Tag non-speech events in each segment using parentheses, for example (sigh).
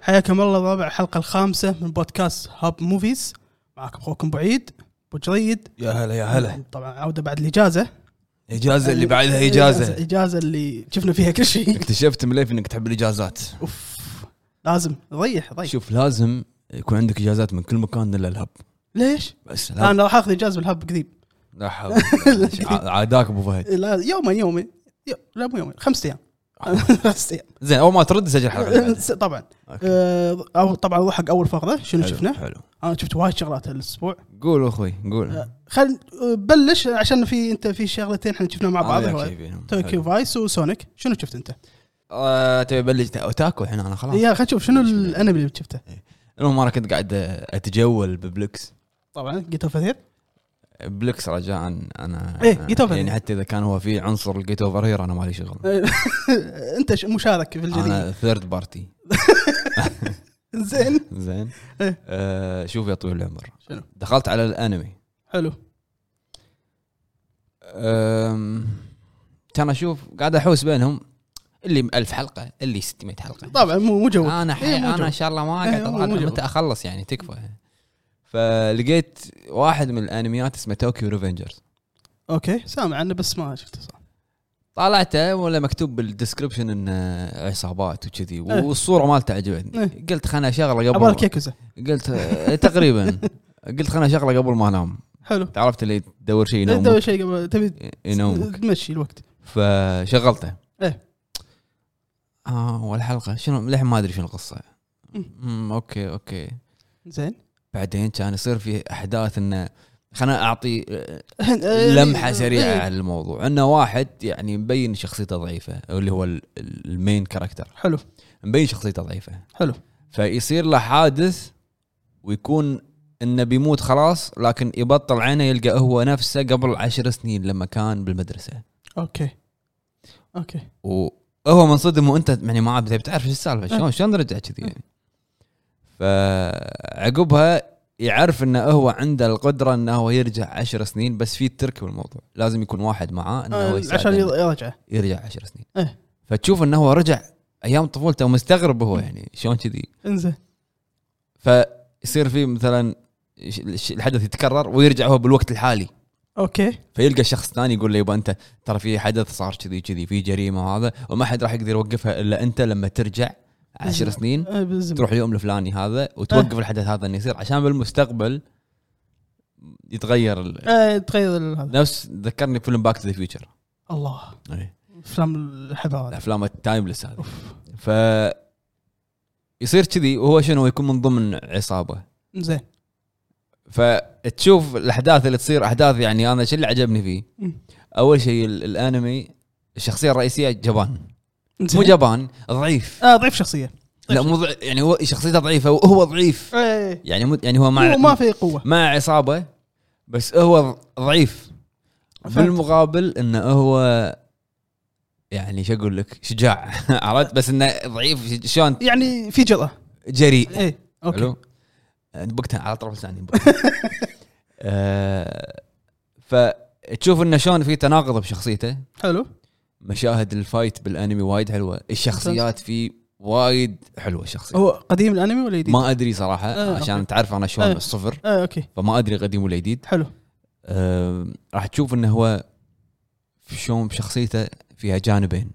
حياكم الله رابع الحلقه الخامسه من بودكاست هاب موفيز معكم اخوكم ابو عيد ابو جريد يا هلا يا هلا طبعا عوده بعد الاجازه اجازه اللي بعدها اجازه الاجازه اللي شفنا فيها كل شيء (laughs) اكتشفت مليف انك تحب الاجازات اوف لازم ريح ريح شوف لازم يكون عندك اجازات من كل مكان الا الهب ليش؟ بس لا الهب انا راح اخذ اجازه بالهب قريب لا حول ولا قوة. ع- (laughs) عاداك ابو فهد لا يوما يومي يو- لا مو يومين خمس (laughs) ايام خمس ايام زين اول ما ترد سجل (laughs) حلقه اللي بعدها. طبعا أوكي. آه، او طبعا نروح حق اول فقره شنو حلو، شفنا؟ حلو انا شفت وايد شغلات الاسبوع قول اخوي قول خل آه، بلش عشان في انت في شغلتين احنا شفناها مع بعض أنا هو وياك شايفينهم. توكيو آه، حلو. فايس وسونيك شنو شفت انت؟ آه، تبي بلش اوتاكو الحين انا خلاص يا خلينا نشوف شنو الانمي اللي شفته المهم انا كنت قاعد اتجول ببلكس طبعا جيت اوف هير بلكس رجاء انا إيه، جيت أوفر. يعني حتى اذا كان هو في عنصر الجيت اوفر هير انا مالي شغل (laughs) انت ش- مشارك في الجديد انا ثيرد بارتي زين زين إيه. آه، شوف يا طويل العمر شنو؟ دخلت على الانمي حلو أم، كان اشوف قاعد احوس بينهم اللي 1000 حلقه اللي 600 حلقه طبعا مو مو جو انا حي... إيه، مو انا جو. ان شاء الله ما إيه، قاعد مو- أضغط مو جو. متى اخلص يعني تكفى فلقيت واحد من الانميات اسمه توكيو ريفنجرز اوكي سامع عنه بس ما شفته صح طالعته ولا مكتوب بالدسكربشن انه عصابات وكذي إيه. والصوره مالته عجبتني إيه. قلت خلنا اشغله ابغالك قبل ياكوزا قلت آه، (laughs) تقريبا قلت خلنا اشغله قبل ما انام حلو تعرفت اللي تدور شيء لا تسوي ينومك شيء قبل تبي ينومك تمشي الوقت فشغلته إيه. اه والحلقه شنو للحين ما ادري شنو القصه مم. امم اوكي اوكي زين (laughs) بعدين كان يصير في احداث انه خلنا اعطي آه، هن- آه، لمحه آه، سريعه إيه. على الموضوع انه واحد يعني مبين شخصيته ضعيفه اللي هو ال- ال- المين كاركتر حلو مبين شخصيته ضعيفه حلو فيصير له حادث ويكون انه بيموت خلاص لكن يبطل عينه يلقى هو نفسه قبل عشر سنين لما كان بالمدرسه اوكي اوكي وهو منصدم وانت يعني ما عاد تبي تعرف ايش السالفه إيه. شلون شلون رجع كذي يعني فعقبها يعرف انه هو عنده القدره انه هو يرجع عشر سنين بس في ترك بالموضوع لازم يكون واحد معاه انه هو آه، يساعده عشان إنه يض- يرجع يرجع عشر سنين إيه. فتشوف انه هو رجع ايام طفولته ومستغرب هو يعني شلون كذي انزين فيصير في مثلا ش- ش- الحدث يتكرر ويرجع هو بالوقت الحالي اوكي فيلقى شخص ثاني يقول له يبا انت ترى في حدث صار كذي كذي في جريمه وهذا وما حد راح يقدر يوقفها الا انت لما ترجع عشر سنين آه، بالزمن. تروح اليوم الفلاني هذا وتوقف الحدث هذا انه يصير عشان بالمستقبل يتغير ال... آه، تغير ال- هذا نفس ذكرني فيلم باك تو ذا فيوتشر الله افلام الحضاره الافلام التايمليس هذه ف يصير كذي وهو شنو يكون من ضمن عصابه زين فتشوف الاحداث اللي تصير احداث يعني انا شو اللي عجبني فيه مم. اول شيء ال- الانمي الشخصيه الرئيسيه جبان مو زين. جبان ضعيف آه، ضعيف شخصيه لا مو ضعيف يعني هو شخصيته ضعيفه وهو ضعيف ايه يعني مو يعني هو مع هو ما في قوه مع عصابه بس هو ضعيف فهمت. بالمقابل انه هو يعني شو اقول لك شجاع (laughs) عرفت بس انه ضعيف ش- شلون يعني في جرأة جريء ايه اوكي حلو نبقتها على طرف (laughs) لساني نبقتها. آه، فتشوف انه شلون في تناقض بشخصيته حلو مشاهد الفايت بالانمي وايد حلوه الشخصيات فيه وايد حلوه الشخصيات هو قديم الانمي ولا جديد؟ ما ادري صراحه آه، أوكي. عشان تعرف انا شلون آه. الصفر آه اوكي فما ادري قديم ولا جديد حلو آم، راح تشوف انه هو شلون بشخصيته فيها جانبين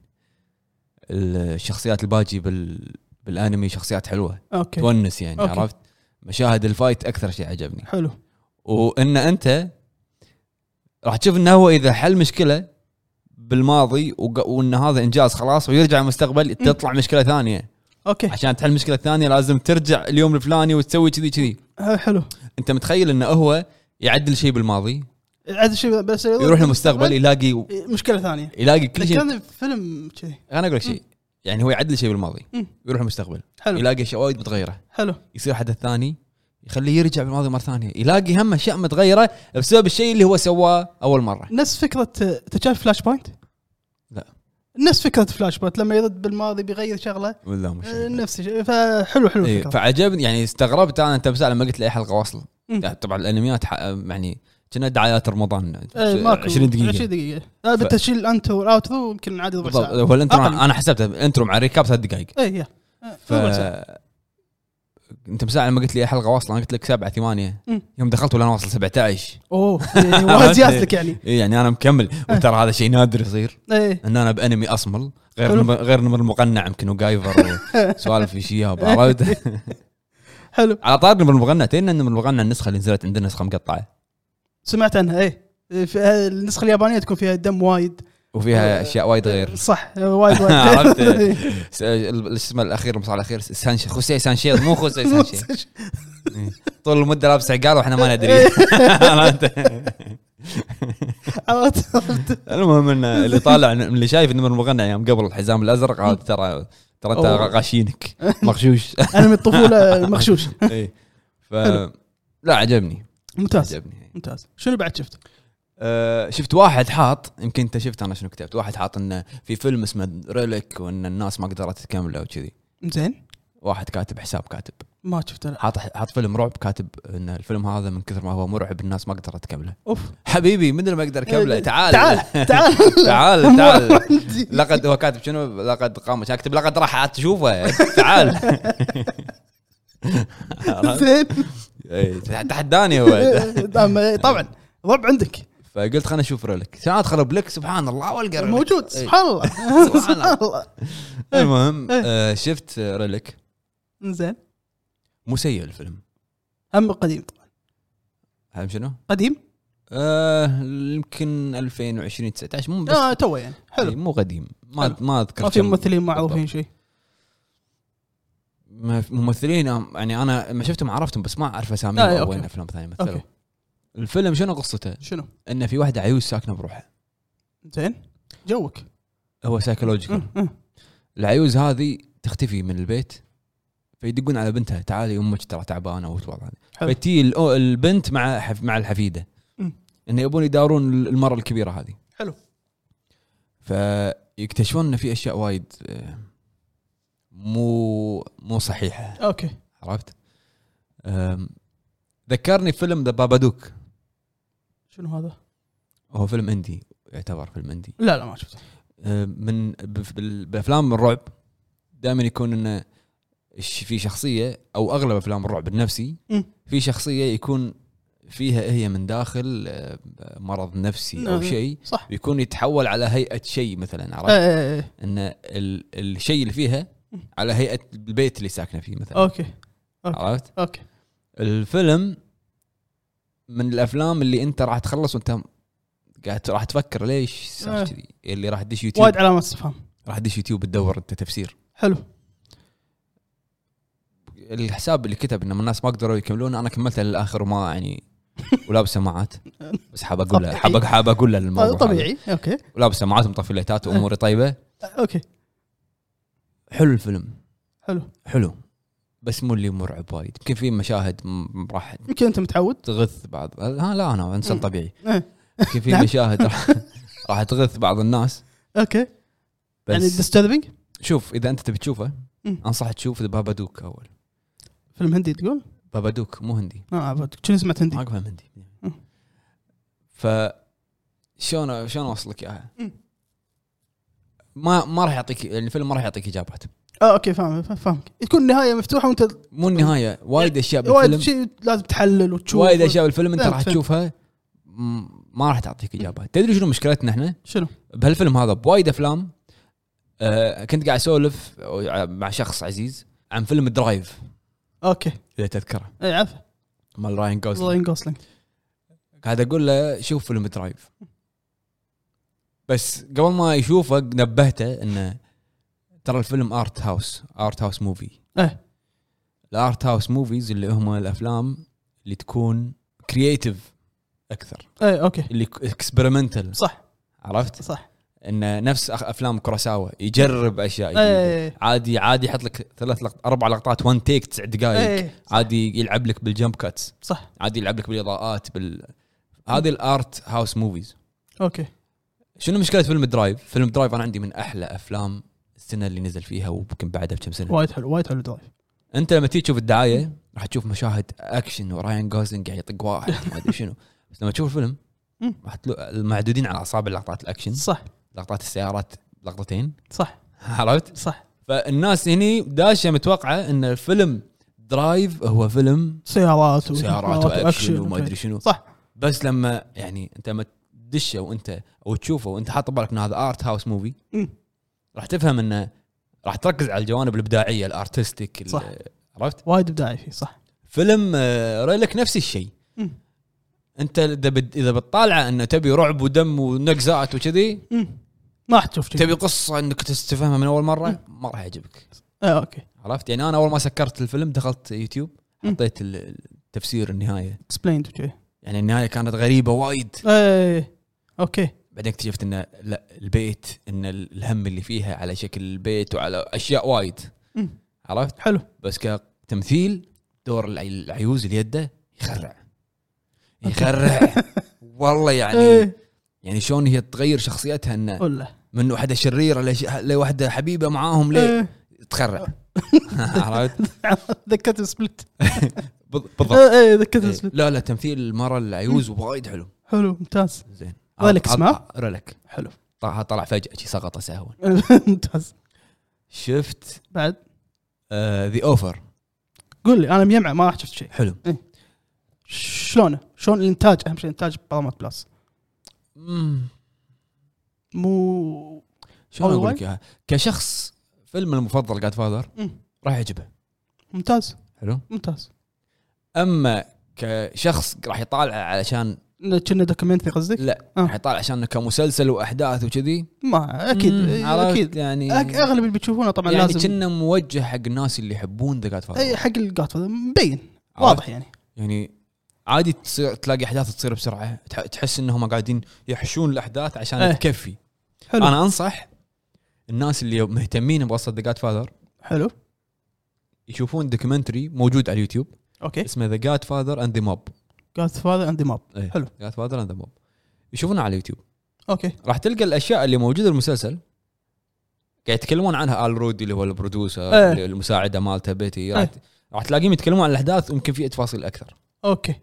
الشخصيات الباجي بال بالانمي شخصيات حلوه اوكي تونس يعني أوكي. عرفت مشاهد الفايت اكثر شيء عجبني حلو وان انت راح تشوف انه هو اذا حل مشكله بالماضي وق- وان هذا انجاز خلاص ويرجع المستقبل تطلع مشكله ثانيه اوكي عشان تحل المشكله الثانيه لازم ترجع اليوم الفلاني وتسوي كذي كذي آه حلو انت متخيل انه هو يعدل شيء بالماضي عاد شيء بس إيه، يروح للمستقبل يلاقي مشكله ثانيه يلاقي كل شيء كان فيلم كذي انا اقول لك شيء يعني هو يعدل شيء بالماضي مم. يروح المستقبل حلو يلاقي اشياء وايد متغيره حلو يصير حدث ثاني يخليه يرجع بالماضي مره ثانيه يلاقي هم اشياء متغيره بسبب الشيء اللي هو سواه اول مره نفس فكره آه، انت شايف فلاش بوينت؟ لا. نفس فكره فلاش بوينت لما يرد بالماضي بيغير شغله والله مش آه، نفس الشيء فحلو حلو إيه، الفكره فعجبني يعني استغربت انا انت بس لما قلت لي أي حلقه واصل مم. يعني طبعا الانميات ح- يعني كنا دعايات رمضان إيه، ماكو 20 20 دقيقه دقيقه آه، بدك تشيل انت والاوترو يمكن عادي ربع بالضبط ساعه هو الانترو أقل. انا حسبته انترو مع الريكاب ثلاث دقائق اي يا آه، ف ربع ساعة. انت من ساعه لما قلت لي أي حلقه واصله انا قلت لك سبعه ثمانيه مم. يوم دخلت ولا انا واصل 17 (laughs) اوه يعني وايد جاز لك يعني إيه يعني انا (laughs) مكمل وترى هذا شيء نادر يصير ايه ان انا بانمي اصمل غير حلو. نمر غير نمر مقنع يمكن وجايفر (laughs) وسوالف وشياب عرفت حلو على طار نمر المقنع تينا نمر المقنع النسخه اللي نزلت عندنا نسخه مقطعه سمعت عنها ايه في آه، النسخه اليابانيه تكون فيها دم وايد وفيها اشياء وايد (laughs) غير صح آه، وايد وايد (laughs) (laughs) عرفت. س- ال- شو اسمه الاخير المصارع الاخير سانشي خوسيه سانشي مو خوسيه سانشي (laughs) طول المده لابس عقال واحنا ما (laughs) ندري (laughs) عرفت عرفت. (laughs) المهم ان اللي طالع من اللي شايف انه المغنى ايام قبل الحزام الازرق عاد ترى ترى انت أوه. (laughs) غاشينك مغشوش انمي الطفوله مغشوش إيه. ف لا عجبني ممتاز عجبني ممتاز شنو بعد شفت؟ أه شفت واحد حاط يمكن انت شفت انا شنو كتبت واحد حاط انه في فيلم اسمه ريلك وان الناس ما قدرت تكمله وكذي زين واحد كاتب حساب كاتب ما شفت لا حاط حاط فيلم رعب كاتب ان الفيلم هذا من كثر ما هو مرعب الناس ما قدرت تكمله اوف حبيبي من اللي ما اقدر اكمله إيه، (laughs) تعال تعال تعال تعال (laughs) تعال لقد هو كاتب شنو لقد قام كاتب لقد راح عاد تشوفه تعال عرفت؟ زين إيه، تحداني هو (laughs) دام- طبعا رب عندك فقلت خلنا اشوف ريلك ساعات ادخل بلك سبحان الله والقى ريلك. موجود إيه. سبحان الله (laughs) سبحان الله. سبحان الله المهم إيه. آه، شفت ريلك زين مو سيء الفيلم هم قديم طبعا فاهم شنو؟ قديم آه، يمكن 2020 19 مو بس اه توه يعني إيه، حلو مو قديم ما حلو. ما اذكر ما في كم- ممثلين معروفين شيء ما في- ممثلين أم- يعني انا لما شفتهم عرفتهم بس ما اعرف اساميهم آه، إيه، او أوكي. وين افلام ثانيه مثلوا اوكي الفيلم شنو قصته؟ شنو انه في واحده عيوز ساكنه بروحها زين جوك هو سايكولوجيكال مم، مم. العيوز هذه تختفي من البيت فيدقون على بنتها تعالي امك ترى تعبانه وتوضع حلو. فتي الأو- البنت مع حف- مع الحفيده مم. انه يبون يدارون ال- المره الكبيره هذه حلو. فيكتشفون ان في اشياء وايد آه، مو مو صحيحه اوكي عرفت؟ أم، ذكرني فيلم ذا بابادوك شنو هذا؟ هو فيلم اندي يعتبر فيلم اندي لا لا ما شفته من بف- بال- بافلام الرعب دائما يكون انه الش- في شخصيه او اغلب افلام الرعب النفسي مم. في شخصيه يكون فيها هي من داخل آه، مرض نفسي او نعم. شيء صح يكون يتحول على هيئه شيء مثلا إيه، عرفت إيه، إيه. ان ال- الشيء اللي فيها مم. على هيئه البيت اللي ساكنه فيه مثلا اوكي أوكي. عرفت اوكي الفيلم من الافلام اللي انت راح تخلص وانت قاعد راح تفكر ليش صار آه. كذي اللي راح تدش يوتيوب وايد علامات استفهام راح تدش يوتيوب تدور انت تفسير حلو الحساب اللي كتب ان الناس ما قدروا يكملون انا كملته للاخر وما (laughs) يعني ولابس سماعات بس حاب اقول له حاب حاب اقول له الموضوع هذا. طبيعي اوكي آه، ولابس سماعات ومطفي ليتات واموري طيبه اوكي حلو الفيلم حلو حلو بس مو اللي مرعب وايد يمكن في مشاهد م- راح يمكن انت متعود تغث بعض ها لا انا انسان مم. طبيعي إيه. يمكن في نعم. (laughs) مشاهد راح, راح تغث بعض الناس اوكي يعني بس ديستربنج شوف اذا انت تبي تشوفه مم. انصح تشوف ذا بابادوك اول فيلم هندي تقول؟ بابادوك مو هندي اه عبد. شنو سمعت هندي؟ ما اقبل مندي مم. ف شلون شلون اوصل لك اياها؟ مم. ما ما راح يعطيك يعني الفيلم ما راح يعطيك اجابات اه اوكي فاهم فاهم- فاهمك تكون النهايه مفتوحه وانت مو النهايه وايد اشياء وايد بالفيلم شيء لازم تحلل وتشوف وايد اشياء بالفيلم انت لا، راح فهمت. تشوفها مم، ما راح تعطيك اجابات تدري شنو مشكلتنا احنا شنو؟ بهالفيلم هذا بوايد افلام آه كنت قاعد اسولف مع شخص عزيز عن فيلم درايف اوكي إيه، اذا تذكره اي عفوا مال راين جوزلينج راين جوسلينج قاعد اقول له شوف فيلم درايف بس قبل ما يشوفه نبهته انه ترى الفيلم ارت هاوس ارت هاوس موفي إيه. الارت هاوس موفيز اللي هم الافلام اللي تكون كرييتيف اكثر اي إيه، اوكي اللي اكسبيرمنتال صح عرفت صح انه نفس أخ- افلام كوراساوا يجرب اشياء جديدة. اي عادي عادي يحط لك ثلاث لقط اربع لقطات وان تيك تسع دقائق اي عادي يلعب لك بالجمب كاتس إيه، صح عادي يلعب لك بالاضاءات بال هذه الارت هاوس موفيز اوكي شنو مشكله فيلم درايف؟ فيلم درايف انا عندي من احلى افلام السنه اللي نزل فيها ويمكن بعدها بكم سنه. وايد حلو وايد حلو درايف انت لما تيجي تشوف الدعايه راح تشوف مشاهد اكشن وراين جوزلينج قاعد يطق واحد ما ادري شنو بس لما تشوف الفيلم مم. راح تلو... المعدودين على اصابع لقطات الاكشن صح لقطات السيارات لقطتين (laughs) صح عرفت؟ صح فالناس هني داشه متوقعه ان الفيلم درايف هو فيلم سيارات و- سيارات واكشن وما أوكي. ادري شنو صح. بس لما يعني انت لما تدشه وانت او تشوفه وانت حاط ببالك انه هذا ارت هاوس موفي مم. راح تفهم انه راح تركز على الجوانب الابداعيه الارتستيك ال- صح. عرفت؟ وايد ابداعي فيه صح فيلم آه، ريلك نفس الشيء مم. انت اذا بت- اذا بتطالعه انه تبي رعب ودم ونقزات وكذي مم. ما راح تشوف تبي قصه انك تستفهمها من اول مره ما راح يعجبك آه اوكي عرفت يعني انا اول ما سكرت الفيلم دخلت يوتيوب مم. حطيت ال- التفسير النهايه اكسبليند وكذي يعني النهايه كانت غريبه وايد ايه اوكي بعدين اكتشفت ان لا البيت ان ال- الهم اللي فيها على شكل البيت وعلى اشياء وايد مم. عرفت حلو بس كتمثيل دور العي- العيوز اللي يده يخرع (laughs) يخرع والله يعني ايه يعني شلون هي تغير شخصيتها انه ولا من واحده شريره لش- لواحده حبيبه معاهم ليه إيه. (laughs) تخرع عرفت ذكرت سبليت بالضبط ايه إيه، ذكرت إيه. سبليت لا لا تمثيل المره العيوز وايد حلو حلو ممتاز زين ريلك عط- اسمه؟ عط- ريلك حلو طلع طلع فجاه شي سقط سهوا (laughs) ممتاز شفت بعد ذا اوفر قول لي انا مجمع ما راح شفت شيء حلو شلونه؟ شلون الانتاج اهم شيء انتاج برامات بلس مم. مو شلون أول اقول لك إياها؟ كشخص فيلم المفضل جاد فاذر مم. راح يعجبه ممتاز حلو ممتاز اما كشخص راح يطالعه علشان لا، كنا دوكيومنتري قصدك؟ لا آه. راح يطالع عشان إنه كمسلسل واحداث وكذي ما اكيد مم، إيه، عرفت؟ اكيد يعني أك- اغلب اللي بتشوفونه طبعا يعني لازم كنا موجه حق الناس اللي يحبون ذا جاد اي فاذر حق الجاد مبين واضح يعني يعني عادي تصير تلاقي احداث تصير بسرعه تح- تحس انهم قاعدين يحشون الاحداث عشان إيه. تكفي حلو انا انصح الناس اللي مهتمين بقصه ذا جاد فاذر حلو يشوفون دوكيومنتري موجود على اليوتيوب اوكي اسمه ذا جاد فاذر اند ذا موب جاد فاذر اند ماب حلو. جاد فاذر اند ذا موب يشوفونه على اليوتيوب اوكي راح تلقى الاشياء اللي موجوده بالمسلسل قاعد يتكلمون عنها ال رودي اللي هو البرودوسر إيه. اللي- المساعده مالته بيتي راح, إيه. راح تلاقيهم يتكلمون عن الاحداث ويمكن في تفاصيل اكثر (laughs) اوكي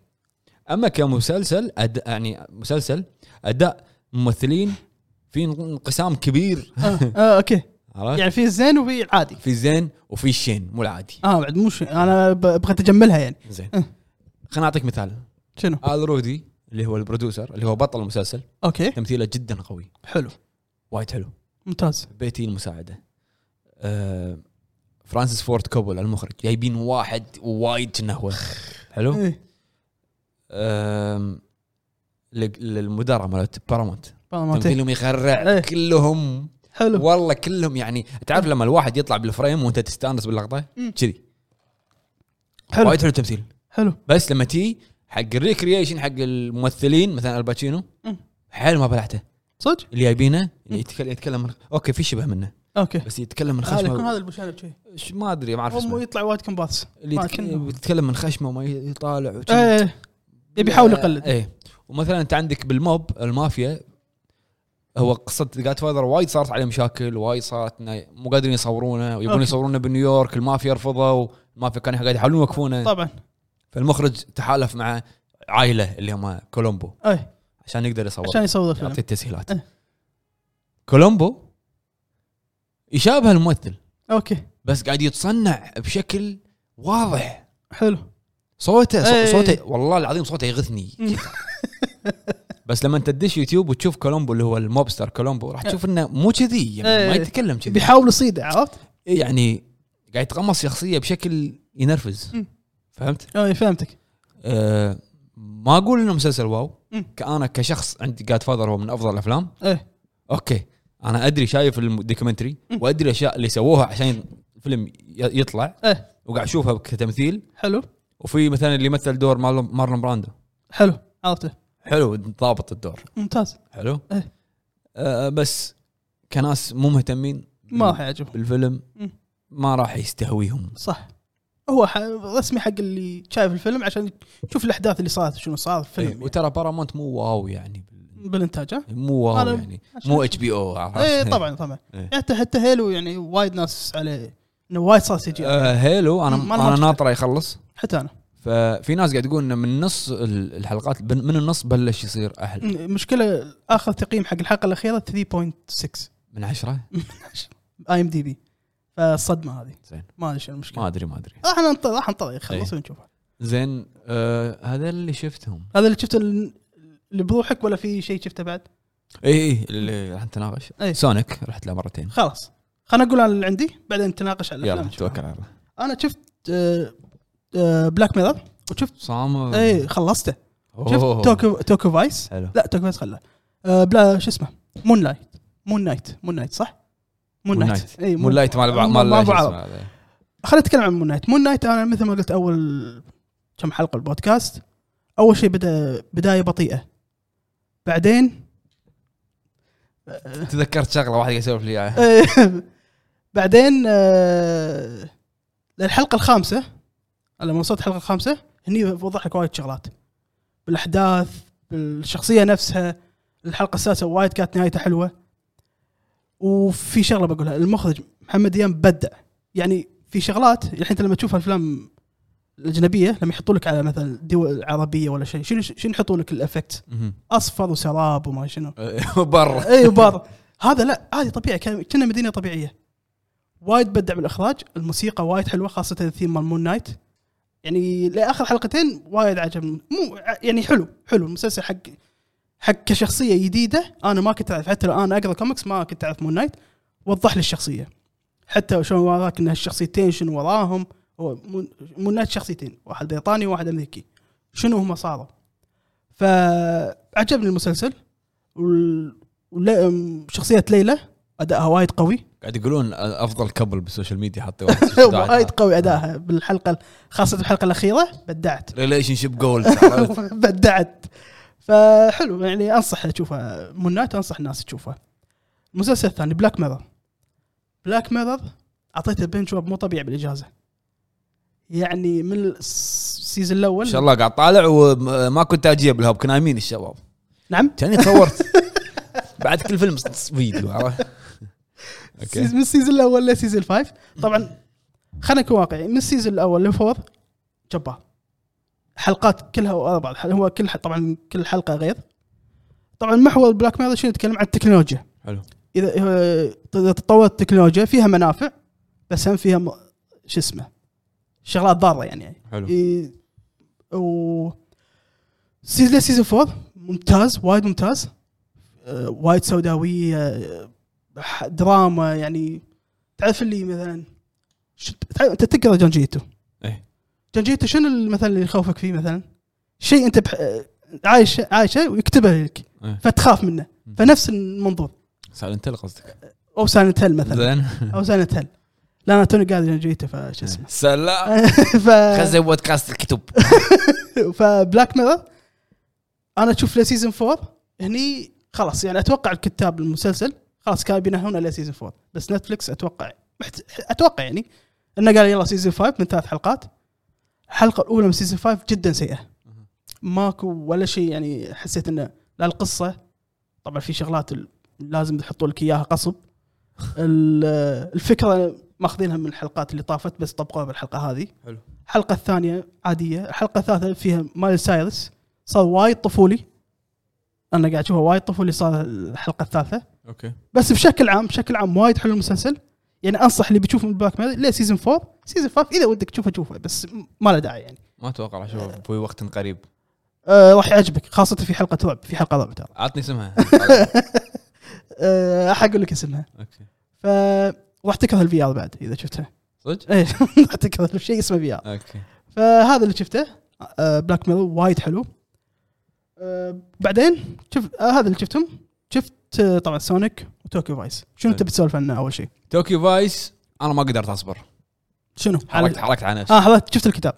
اما كمسلسل أد... يعني مسلسل اداء ممثلين في انقسام كبير آه. آه. اوكي عرفت يعني في الزين وفي العادي في الزين وفي الشين مو العادي اه بعد مو شيء انا ب- بغيت اجملها يعني زين إيه. خليني اعطيك مثال شنو؟ ال رودي اللي هو البرودوسر اللي هو بطل المسلسل اوكي تمثيله جدا قوي حلو وايد حلو ممتاز بيتي المساعده آه فرانسيس فورد كوبولا المخرج جايبين واحد وايد كنا هو حلو ايه آم، لق- للمدراء مالت بارامونت برامات إيه. تمثيلهم يخرع إيه. كلهم حلو والله كلهم يعني تعرف لما الواحد يطلع بالفريم وانت تستانس باللقطه مم. كذي حلو وايد حلو التمثيل حلو بس لما تي حق الريكريشن حق الممثلين مثلا الباتشينو مم. حيل ما بلعته صدق؟ اللي جايبينه مم. يتكلم يتكلم من- اوكي في شبه منه اوكي بس يتكلم من هذا يكون خشمه آه، هذا البشنب شيء ش- ما ادري ما اعرف اسمه هم يطلع وايد كمباس اللي ما يتك- كنا. يتكلم من خشمه وما يطالع وشي. ايه يبي يحاول يقلد. ايه ومثلا انت عندك بالموب المافيا هو قصه جاد فاذر وايد صارت عليه مشاكل وايد صارت انه مو قادرين يصورونه ويبون أوكي. يصورونه بنيويورك المافيا رفضوا المافيا كانوا قاعد يحاولون يوقفونه طبعا فالمخرج تحالف مع عائله اللي هم كولومبو ايه عشان يقدر يصور عشان يسوي ذا يعطي الفيلم التسهيلات إيه. كولومبو يشابه الممثل اوكي بس قاعد يتصنع بشكل واضح حلو صوته صو- إيه. صوته والله العظيم صوته يغثني مم. (laughs) بس لما انت تدش يوتيوب وتشوف كولومبو اللي هو الموبستر كولومبو راح تشوف انه مو كذي يعني ما إيه. يتكلم كذي بيحاول يصيده عرفت؟ إيه يعني قاعد يتقمص شخصيه بشكل ينرفز مم. فهمت؟ ايه فهمتك أه ما اقول انه مسلسل واو مم. كأنا كشخص عندي جاد فاذر هو من افضل الافلام ايه اوكي انا ادري شايف الدوكيومنتري مم. وادري الاشياء اللي سووها عشان الفيلم ي- يطلع إيه. وقاعد اشوفها كتمثيل حلو وفي مثلا اللي مثل دور مارلون مارلون براندو حلو عرفته حلو ضابط الدور ممتاز حلو إيه. آه بس كناس مو مهتمين بال- ما راح يعجبه بالفيلم مم. ما راح يستهويهم صح هو ح- رسمي حق اللي شايف الفيلم عشان يشوف الاحداث اللي صارت شنو صار في إيه. الفيلم وترى بارامونت مو واو يعني يعني. بالانتاج ها؟ مو واو أنا- يعني مو اتش بي او ايه طبعا طبعا (laughs) إيه. حتى حتى هيلو يعني وايد ناس عليه انه وايد صار سي جي آه هيلو انا مم، ما أنا انا شفته. ناطره يخلص حتى انا ففي ناس قاعد تقول انه من نص ال- الحلقات بن- من النص بلش يصير احلى مشكله (laughs) اخر تقييم حق الحلقه الاخيره 3.6 من عشره اي ام دي بي فالصدمه هذه زين. ما ادري شو ما المشكله ادري ما ادري راح ننطر راح ننطر يخلص إيه. ونشوف زين آه هذا اللي شفتهم هذا اللي شفته ال- اللي بروحك ولا في شيء شفته بعد؟ اي اي إيه، اللي راح نتناقش إي. سونيك رحت له مرتين خلاص خلنا نقول انا اللي عندي بعدين نتناقش على يلا الافلام توكل على الله انا شفت آه، آه، بلاك ميرور وشفت صامر اي خلصته أوه. شفت توكو توكو فايس حلو لا توكو فايس خله آه، بلا شو اسمه مون نايت مون نايت مون نايت صح؟ مون مون نايت اي مون لايت مال بعض مال مع شو بعض. اسمه هذا. خلينا نتكلم عن مون نايت مون نايت انا مثل ما قلت اول كم حلقه البودكاست اول شيء بدا بدايه بطيئه بعدين تذكرت شغله واحد قاعد يسولف لي اياها إيه. (laughs) بعدين آه، للحلقه الخامسه لما وصلت الحلقه الخامسه هني وضح لك وايد شغلات بالاحداث بالشخصيه نفسها الحلقه السادسه وايد كانت نهايتها حلوه وفي شغله بقولها المخرج محمد ديان بدع يعني في شغلات الحين انت لما تشوف الافلام الاجنبيه لما يحطوا لك على مثلا دول عربيه ولا شيء شنو شنو يحطوا لك الافكت مهم. إيه، اصفر وسراب وما شنو برا اي بار إيه، هذا لا عادي طبيعي كان- كنا مدينه طبيعيه وايد بدع بالاخراج الموسيقى وايد حلوه خاصه الثيم مال مون نايت يعني لاخر حلقتين وايد عجبني مو ع- يعني حلو حلو المسلسل حق حق كشخصيه جديده انا ما كنت اعرف حتى لو انا اقرا كوميكس ما كنت اعرف مون نايت وضح لي الشخصيه حتى شلون وراك ان الشخصيتين شنو وراهم هو مون- مون نايت شخصيتين واحد بريطاني وواحد امريكي شنو هم صاروا فعجبني المسلسل وال- ولا- أم- شخصية ليلى أدائها وايد قوي قاعد يقولون افضل كبل بالسوشيال ميديا حطوا (laughs) وايد قوي أدائها بالحلقة خاصة الحلقة الأخيرة بدعت ريليشن شيب (laughs) جولد (laughs) بدعت فحلو يعني أنصح أشوفه مون نايت أنصح الناس تشوفه المسلسل الثاني بلاك ميرور بلاك ميرور أعطيته بنش مو طبيعي بالإجازة يعني من السيزون ان الأول شاء الله قاعد طالع وما كنت اجيب الهب كنا نايمين الشباب نعم كاني (laughs) تصورت بعد كل فيلم فيديو (laughs) عرفت؟ سيز- من السيزون الاول للسيزون الفايف طبعا خلينا نكون واقعي من السيزون الاول لفور جبار حلقات كلها اربع حل- هو كل ح- طبعا كل حلقه غير طبعا محور بلاك ميرور شنو يتكلم عن التكنولوجيا حلو اذا إذا- اذا تطورت التكنولوجيا فيها منافع بس هم فيها م- شو اسمه شغلات ضاره يعني, يعني. حلو إي- و سيزون سيزون 4 ممتاز وايد ممتاز أه، وايد سوداويه أه، ح- دراما يعني تعرف اللي مثلا ش- تعرف- انت تقرا جونجيتو إيه. جونجيتو شنو المثل اللي يخوفك فيه مثلا؟ شيء انت بح... أه، عايشه عايشه ويكتبه لك إيه. فتخاف منه م. فنفس المنظور سايلنت هيل قصدك او سايلنت هيل مثلا (laughs) زين او سايلنت هيل لا انا توني قاعد جونجيتو فشو اسمه سلام (laughs) ف... خزي بودكاست (laughs) الكتب (laughs) فبلاك ميرور انا اشوف لسيزون 4 هني خلاص يعني اتوقع الكتاب المسلسل خلاص كانوا بينهون على سيزون 4 بس نتفلكس اتوقع محت... اتوقع يعني انه قال يلا سيزون 5 من ثلاث حلقات الحلقه الاولى من سيزون 5 جدا سيئه ماكو ولا شيء يعني حسيت انه لا القصه طبعا في شغلات ال- لازم يحطوا لك اياها قصب ال- الفكره ماخذينها من الحلقات اللي طافت بس طبقوها بالحلقه هذه حلو. الحلقه الثانيه عاديه الحلقه الثالثه فيها مايل سايرس صار وايد طفولي انا قاعد اشوفها وايد طفولي صار الحلقه الثالثه اوكي بس بشكل عام بشكل عام وايد حلو المسلسل يعني انصح اللي بيشوف من بلاك ميرور ليه سيزون 4 سيزون 5 اذا ودك تشوفه شوفه بس م- ما له داعي يعني ما اتوقع راح اشوفه في وقت قريب أه راح يعجبك خاصه في حلقه رعب في حلقه رعب ترى عطني اسمها أه، راح اقول لك اسمها اوكي ف راح تكره الفي ار بعد اذا شفتها صدق؟ ايه (laughs) راح تكره شيء اسمه في ار اوكي فهذا اللي شفته أه، بلاك ميرور وايد حلو أه، بعدين شوف أه، هذا اللي شفتهم شفت أه، طبعا سونيك وتوكيو فايس شنو انت حلو. بتسولف عنه اول شيء توكيو فايس انا ما قدرت اصبر شنو حركت على- حركت على نفسي اه حضرت شفت الكتاب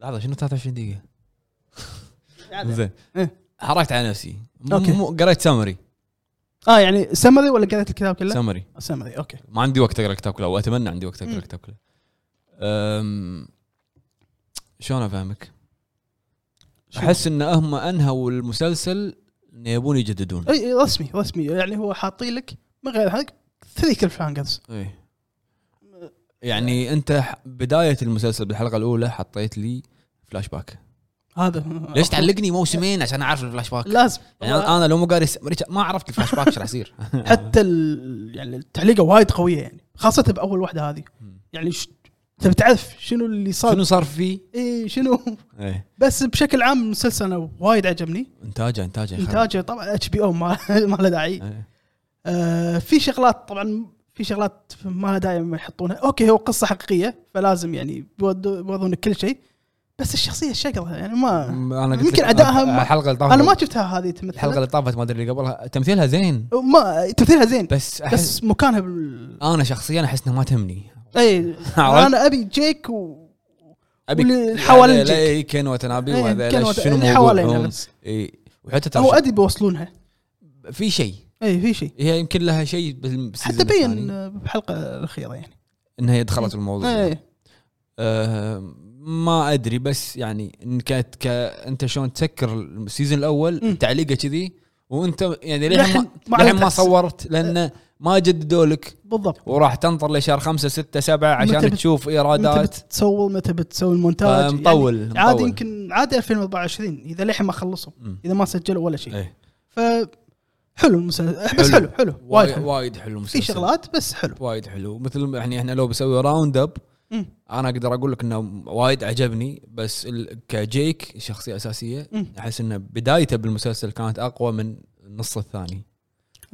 لحظه شنو 23 دقيقه عادة. زين إيه. حركت على نفسي م- أوكي. مو- قريت سمري اه يعني سمري ولا قريت الكتاب كله؟ سمري سمري اوكي ما عندي وقت اقرا الكتاب كله واتمنى عندي وقت اقرا مم. الكتاب كله أم، شلون افهمك؟ شنو؟ احس ان هم انهوا المسلسل انه يبون يجددون اي إي، رسمي رسمي يعني هو حاطين لك من غير حق ثري كلف هانجرز اي إيه. يعني انت ح- بدايه المسلسل بالحلقه الاولى حطيت لي فلاش باك هذا ليش تعلقني موسمين عشان اعرف الفلاش باك لازم يعني أنا- (laughs) انا لو مو قاري سمري ما عرفت الفلاش باك ايش راح يصير حتى ال... يعني التعليقه وايد قويه يعني خاصه باول واحده هذه مم. يعني ش... تبي تعرف شنو اللي صار شنو صار فيه؟ اي شنو ايه بس بشكل عام المسلسل انا وايد عجبني انتاجه انتاجه خرب. انتاجه طبعا اتش بي او ما (laughs) ما له داعي إيه. آه في شغلات طبعا في شغلات ما لها داعي ما يحطونها اوكي هو قصه حقيقيه فلازم يعني بيودو- بيوضونك كل شيء بس الشخصيه الشقره يعني ما م- انا قلت يمكن لك أدائها ما- الحلقه اللي طافت انا ما شفتها هذه تمثل الحلقه اللي طافت ما ادري اللي قبلها تمثيلها زين ما تمثيلها زين بس احس بس مكانها بال... انا شخصيا احس انها ما تهمني اي (laughs) عرفت؟ انا ابي جيك و... ابي واللي حوالين هذيلا جيك. إيه كين وتنابي إيه، كان وهذا وت- شنو اللي حوالينا موضوعهم بس. اي وحتى هو ترى ادري يعني. بيوصلونها في شيء اي في شيء هي يمكن لها شيء بال- حتى بالسيزون بين الثاني بالحلقه الاخيره يعني إيه، انها دخلت الموضوع اي أه ما ادري بس يعني إن كانت ك... انت شلون تسكر السيزون مم. الاول تعليقه كذي وانت يعني لحن- للحين ما ما, لحين ما عرفت. صورت لان ما جددوا لك بالضبط وراح تنطر لشهر خمسة ستة سبعة متى عشان بت- تشوف متى ايرادات بتسوي متى بتسوي المونتاج مطول يعني عادي مطول. يمكن عادي 2024 اذا للحين ما خلصوا مم. اذا ما سجلوا ولا شيء إيه. ف حلو المسلسل بس حلو. حلو حلو وايد وايد حلو وايد حلو في مسلسل. شغلات بس حلو وايد حلو مثل يعني احنا لو بسوي راوند اب مم. انا اقدر اقول لك انه وايد عجبني بس ال- كجيك شخصيه اساسيه مم. احس انه بدايته بالمسلسل كانت اقوى من النص الثاني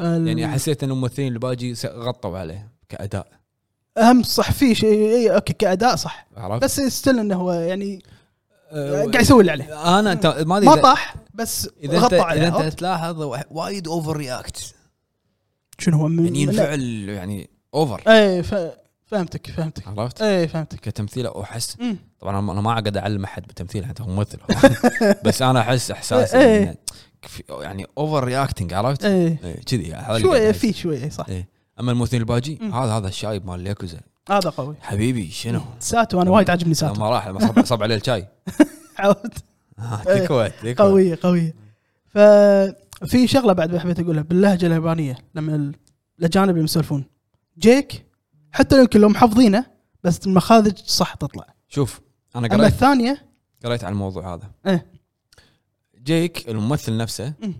ال- يعني حسيت ان الممثلين اللي باجي س- غطوا عليه كاداء اهم صح في شيء اي اوكي كاداء صح عرفت بس ستيل انه هو يعني أه، قاعد يسوي اللي عليه انا أنت- ما ادري ما إذا- طاح بس اذا انت غطى عليه اذا عرفت؟ انت تلاحظ وا- وايد اوفر رياكت شنو هو من يعني ينفعل يعني اوفر اي ف- فهمتك فهمتك عرفت اي فهمتك كتمثيله احس أه. مم. طبعا انا ما اقعد اعلم احد بالتمثيل حتى هو (laughs) ممثل بس انا احس احساس إيه. إنه في- يعني اوفر رياكتنج عرفت؟ اي إيه، كذي حوالي شويه قاعد أحس. في شويه صح إيه. اما الممثل الباجي مم. هذا هذا الشايب مال الياكوزا هذا قوي حبيبي شنو؟ ساتو انا وايد عجبني ساتو لما راح لما صب, صب عليه الشاي عرفت آه، إيه. تكوت تكوت. قويه قويه ففي شغله بعد ما حبيت اقولها باللهجه اليابانيه لما ال- الاجانب يسولفون جيك حتى لو يمكن لو محافظينه بس المخارج صح تطلع شوف انا اما قريت الثانيه قريت على الموضوع هذا إيه. جيك الممثل نفسه مم.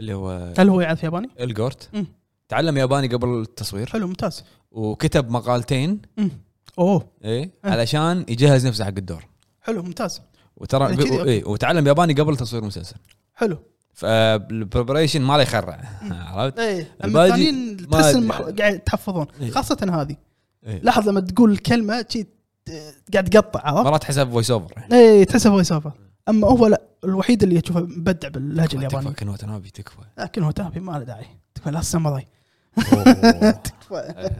اللي هو هل هو يعرف ياباني؟ الجورت مم. تعلم ياباني قبل التصوير حلو ممتاز وكتب مقالتين مم. اوه ايه إيه. علشان يجهز نفسه حق الدور حلو ممتاز وترى إيه، كذي، أوكي. ايه وتعلم ياباني قبل تصوير المسلسل حلو فالبريبريشن ما له يخرع عرفت؟ ايه اما الباقي الثانيين ما تحس أدري. المح- قاعد يتحفظون إيه. خاصه هذه إيه. لاحظ لما تقول كلمه شي ت- قاعد تقطع عرفت؟ مرات حساب فويس اوفر ايه تحسه فويس اوفر اما هو لا الوحيد اللي تشوفه مبدع باللهجه اليابانيه تكفى كان وتنابي تكفى لكن هو تابي ما له داعي تكفى لا ساموراي (laughs) أوه. تكفى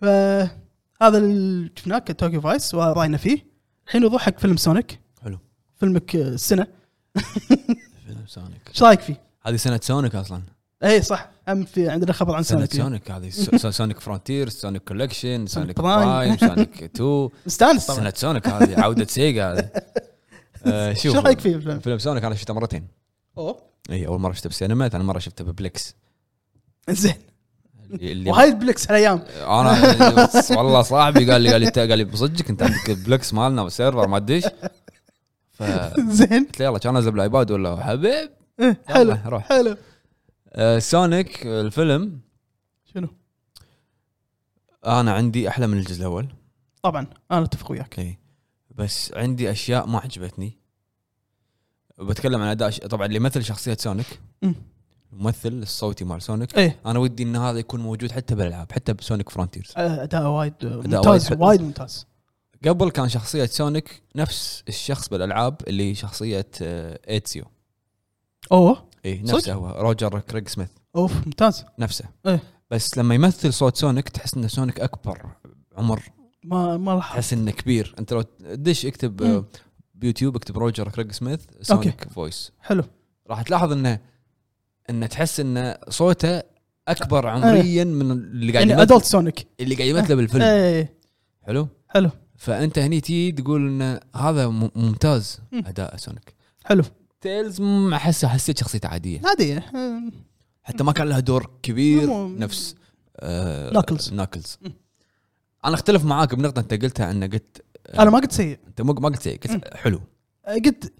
فهذا اللي شفناه كتوكيو فايس وراينا فيه الحين وضوح حق فيلم سونيك حلو فيلمك آه، السنه فيلم سونيك ايش رايك فيه؟ هذه سنه سونيك اصلا اي صح هم في عندنا خبر عن سنه سونيك سونيك (laughs) هذه سو- سو- سونيك فرونتير سونيك كولكشن سونيك برايم برايم. (laughs) سونيك 2 مستانس طبعا سنه سونيك هذه عوده (laughs) سيجا هذه آه، شوف ايش رايك فيه الفيلم؟ فيلم سونيك انا شفته مرتين اوه اي اول مره شفته بالسينما ثاني مره شفته ببلكس زين اللي اللي- وهاي بلكس (laughs) هالايام انا والله صاحبي قال لي قال لي أنت- قال لي بصدقك انت عندك بلكس مالنا بالسيرفر ما تدش فقلت (laughs) زين له يلا كان انزل بالايباد ولا حبيب إيه، حلو يلا روح حلو آه، سونيك الفيلم شنو؟ انا عندي احلى من الجزء الاول طبعا انا اتفق وياك اوكي بس عندي اشياء ما عجبتني بتكلم عن اداء ش... طبعا اللي يمثل شخصيه سونيك مم. الممثل الصوتي مال سونيك ايه انا ودي ان هذا يكون موجود حتى بالالعاب حتى بسونيك فرونتيرز آه، اداءه وايد آه، أداءه ممتاز وايد حلو. وايد ممتاز قبل كان شخصيه سونيك نفس الشخص بالالعاب اللي شخصيه آه، ايتسيو اوه اي صدق؟ نفسه هو روجر كريغ سميث اوف ممتاز نفسه إيه. بس لما يمثل صوت سونيك تحس ان سونيك اكبر عمر ما ما راح تحس انه كبير انت لو دش اكتب مم. آه، بيوتيوب اكتب روجر كريغ سميث سونيك فويس حلو راح تلاحظ انه انه تحس انه صوته اكبر عمريا من اللي قاعد يعني يمثل ادولت سونيك اللي قاعد يمثله بالفيلم ايه حلو حلو فانت هني تي تقول انه هذا م- ممتاز مم. اداء سونيك حلو تيلز مم، احسه حسيت شخصيته عاديه عادي آه، حتى ما كان لها دور كبير مو- نفس آه ناكلز. ناكلز مم. انا اختلف معاك بنقطه انت قلتها انه قلت انا ما قلت سيء انت مو ما قلت زي- قلت حلو آه، قلت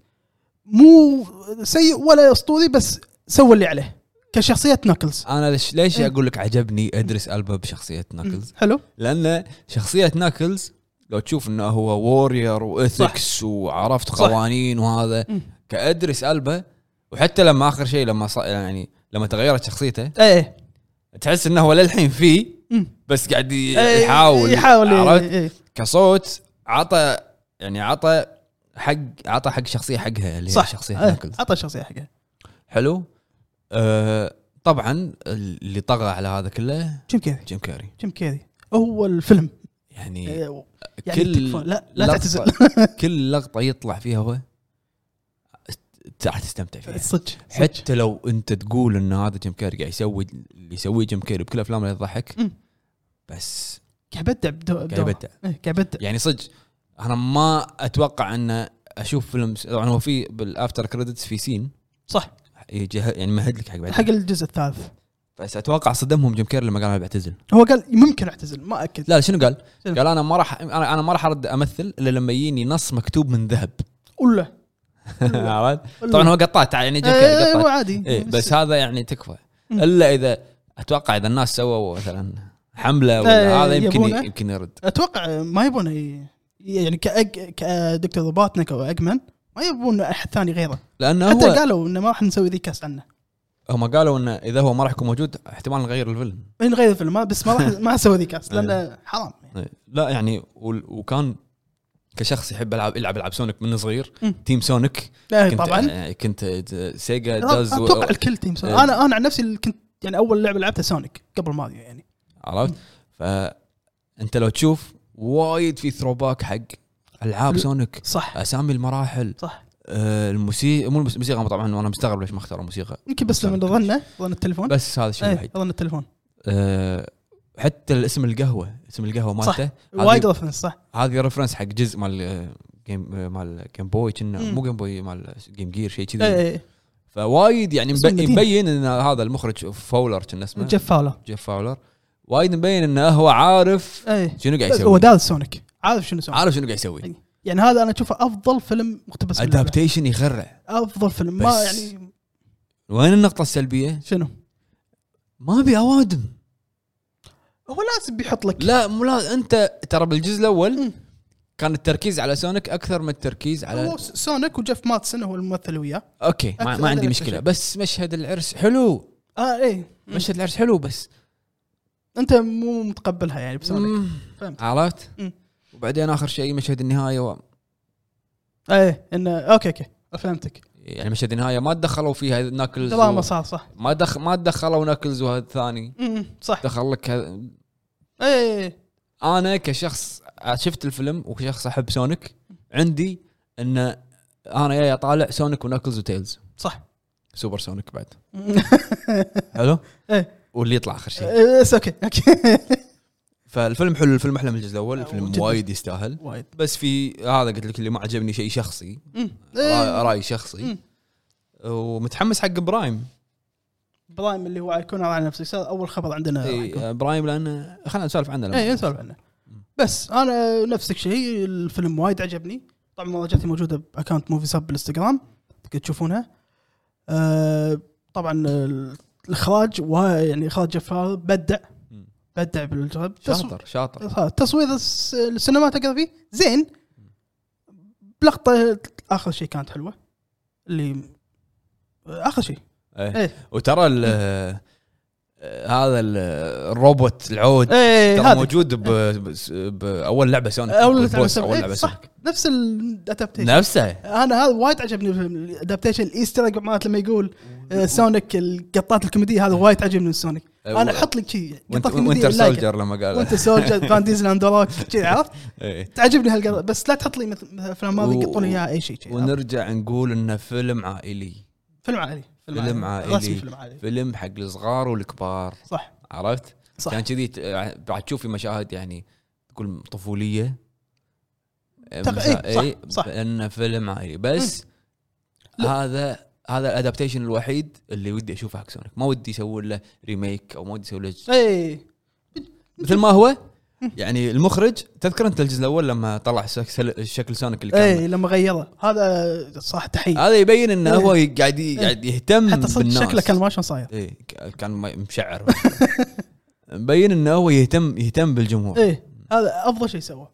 مو سيء ولا اسطوري بس سوى اللي عليه كشخصيه ناكلز انا ليش ليش إيه. اقول لك عجبني ادريس البا بشخصيه ناكلز؟ حلو لان شخصيه ناكلز لو تشوف انه هو وورير واثكس وعرفت قوانين وهذا مم. كادرس البا وحتى لما اخر شيء لما ص... يعني لما تغيرت شخصيته ايه تحس انه هو للحين فيه مم. بس قاعد ي- إيه، يحاول يحاول إيه، عرفت إيه. كصوت عطى يعني عطى حق عطى حق شخصيه حقها اللي هي صح شخصيه إيه، ناكلز عطى شخصيه حقها حلو آه طبعا اللي طغى على هذا كله جيم كيري جيم كاري جيم كيري هو الفيلم يعني إيه، يعني كل تكفى لا لا لقطة- تعتزل (laughs) كل لقطه يطلع فيها هو ت- راح تستمتع فيها إيه، صدق صدق. حتى لو انت تقول ان هذا جيم كاري قاعد يسوي اللي يسويه جيم كاري بكل افلامه اللي تضحك مم. بس قاعد ابدع بدو- قاعد بدوره. يبدع إيه، قاعد ابدع يعني صدق انا ما اتوقع ان اشوف فيلم طبعا هو في بالافتر كريدتس في سين صح يجه- يعني مهد لك حق بعد حق الجزء الثالث بس اتوقع صدمهم جيم كاري لما قال انا بعتزل هو قال ممكن اعتزل ما اكد لا شنو قال؟ شنو؟ قال انا ما راح انا انا ما راح ارد امثل الا لما يجيني نص مكتوب (laughs) من ذهب ولا عرفت؟ طبعا هو قطات يعني جيم كاري هو قطات عادي إيه بس هذا يعني تكفى مم. الا اذا اتوقع اذا الناس سووا مثلا حمله إيه، ولا هذا يمكن يبونه. يمكن يرد اتوقع ما يبون ي- يعني كأج... كدكتور ضباطنك او اجمن ما يبون احد ثاني غيره لانه حتى هو قالوا انه ما راح نسوي ذي كاست عنه هم قالوا انه اذا هو ما راح يكون موجود احتمال نغير الفيلم نغير الفيلم ما- بس ما (laughs) راح ما اسوي ذي كاست لانه حرام يعني. إيه. لا يعني وال- وكان كشخص يحب العاب يلعب العاب سونيك من صغير مم. إيه، تيم سونيك لا كنت طبعا آه، كنت آه، سيجا داز و- اتوقع الكل تيم سونيك. إيه. انا انا عن نفسي اللي كنت يعني اول لعبه لعبتها سونيك قبل ماريو يعني عرفت فانت لو تشوف وايد في ثروباك حق العاب ال- سونيك صح اسامي المراحل صح آه، الموسيقى مو الموس- الموسيقى طبعا وانا مستغرب ليش ما اختاروا موسيقى يمكن بس لما سونيك. ظنه ظن التليفون بس هذا الشيء إيه، الوحيد ظن التليفون آه، حتى الاسم القهوه اسم القهوه صح. مالته هذه- وايد رفرنس صح هذه ريفرنس حق جزء مال آه، جيم آه، مال جيم بوي كنا مم. مو جيم بوي مال جيم جير شيء إيه، كذي إيه، إيه. فوايد يعني اسم مب- المدينة. مبين ان هذا المخرج فاولر كنا اسمه جيف فاولر جيف فاولر وايد مبين انه هو عارف ايه شنو قاعد هو يسوي دارس سونيك عارف شنو سونيك إيه، عارف شنو قاعد يسوي يعني هذا انا اشوفه افضل فيلم مقتبس من اللعبة. ادابتيشن يخرع افضل فيلم بس- ما يعني وين النقطه السلبيه شنو ما ابي اوادم هو لازم بيحط لك لا مو لا انت ترى بالجزء الاول مم. كان التركيز على سونيك اكثر من التركيز على هو س- سونيك وجيف ماتسون هو الممثل اللي وياه اوكي ما, أكثر- ما عندي هذا مشكله الشيء. بس مشهد العرس حلو اه ايه مم. مشهد العرس حلو بس انت مو متقبلها يعني بسونيك مم. فهمت. عرفت مم. وبعدين اخر شيء مشهد النهايه و... ايه انه اوكي اوكي فهمتك يعني مشهد النهايه ما تدخلوا فيها ناكلز دراما و... صار صح ما دخ ما تدخلوا ناكلز وهذا الثاني مم، صح دخل لك هذا- ايه إيه. انا كشخص شفت الفيلم وكشخص احب سونيك عندي ان انا جاي اطالع سونيك وناكلز وتيلز صح سوبر سونيك بعد (laughs) حلو؟ إيه. واللي يطلع اخر شيء بس اوكي اوكي فالفيلم حلو الفيلم احلى من الجزء الاول الفيلم جداً. وايد يستاهل وايد بس في هذا قلت لك اللي ما عجبني شيء شخصي مم. رأي- إيه. راي شخصي مم. ومتحمس حق برايم برايم اللي هو ايقونه على نفسك صار اول خبر عندنا إي، آه، برايم لان خلينا نسولف عنه لما- اي نسولف إيه، عنه بس انا نفسك شيء الفيلم وايد عجبني طبعا مراجعتي موجوده باكونت موفي سب بالانستغرام تقدر تشوفونها أه طبعا ال- الاخراج وا- يعني اخراج جفار بدع مم. بدع بالجواب شاطر شاطر التصوير الس- السينماتوجرافي زين بلقطه اخر شيء كانت حلوه اللي اخر شيء إيه. إيه. وترى ال- آه، هذا ال- الروبوت العود ايه ترى هذه. موجود ب- بس- باول لعبه سونيك اول لعبه بالبوس، اول سونيك. لعبه إيه، سونيك صح نفس الادابتيشن نفسه انا هذا وايد عجبني الادابتيشن الايستر ايج مالت لما يقول آه، سونيك القطات الكوميديه هذا وايد عجبني من سونيك أيوة. انا احط لك شيء قطات كوميديه وينتر لايكة. سولجر لما قال وانت سولجر فان ديزل اند روك شي، عرفت إيه. تعجبني هالقطات بس لا تحط لي مثل مثل الافلام هذه و- يقطون اياها اي شيء شي، عرفت؟ ونرجع نقول انه فيلم عائلي فيلم عائلي فيلم رسمي عائلي فيلم عائلي فيلم حق الصغار والكبار صح عرفت؟ صح كان كذي ت- بعد تشوف في مشاهد يعني تقول طفوليه تق- مسا- إيه، صح، إيه، صح. لانه فيلم عائلي بس هذا هذا الادابتيشن الوحيد اللي ودي اشوفه إيه، حق سونيك ما ودي يسوون له ريميك او ما ودي يسوون له اي مثل ما هو يعني المخرج تذكر انت الجزء الاول لما طلع شكل شكل سونيك اللي كان اي إيه، لما غيره هذا صح تحيه هذا يبين انه إيه. هو قاعد ي- قاعد يهتم حتى صدق بالناس شكله كان ما شلون صاير ايه ك- كان م- مشعر مبين انه هو يهتم يهتم بالجمهور ايه هذا افضل شيء سواه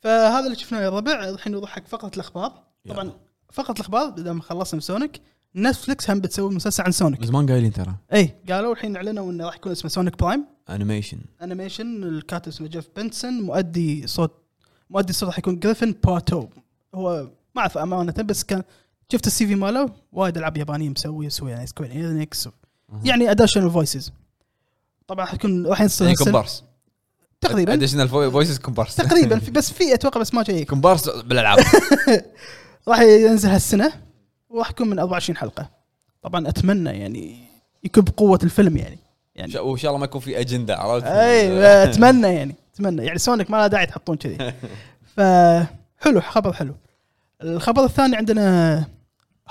فهذا اللي شفناه يا ربع الحين نضحك فقره الاخبار يلا. طبعا فقره الاخبار لما خلصنا من سونيك نتفلكس هم بتسوي مسلسل عن سونيك من زمان قايلين ترى اي قالوا الحين اعلنوا انه راح يكون اسمه سونيك برايم انيميشن انيميشن الكاتب اسمه جيف بنسون مؤدي صوت مؤدي الصوت راح يكون جريفن باتو هو ما اعرف امانه بس كان شفت السي في ماله وايد العاب يابانيه مسوي مسوي يعني سكوير انكس يعني اديشنال فويسز طبعا راح يكون راح يعني ينصر كومبارس تقريبا اديشنال فويسز كومبارس تقريبا في- بس في اتوقع بس ما جاي (laughs) كومبارس بالالعاب راح ينزل هالسنه وراح يكون من 24 حلقه طبعا اتمنى يعني يكب قوه الفيلم يعني يعني وان شاء الله ما يكون في اجنده عرفت (laughs) اي اتمنى يعني اتمنى يعني سونيك ما لها داعي تحطون كذي فحلو خبر حلو الخبر الثاني عندنا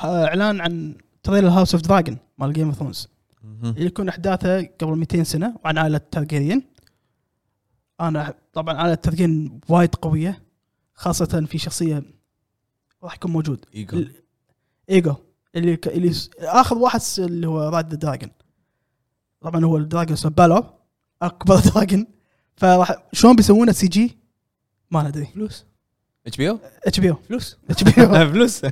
اعلان عن تريلر هاوس اوف دراجون مال جيم اوف ثرونز مهم. اللي يكون احداثه قبل 200 سنه وعن عائله تارجيريان انا طبعا عائله تارجيريان وايد قويه خاصه في شخصيه راح يكون موجود ايجو ايجو اللي ك... اللي س- اخر واحد س- اللي هو راد ذا دراجون طبعا هو الدراجون اسمه بالور اكبر (laughs) دراجون فراح شلون بيسوونه سي جي ما ندري فلوس اتش بي او اتش بي او فلوس اتش بي (laughs) او فلوس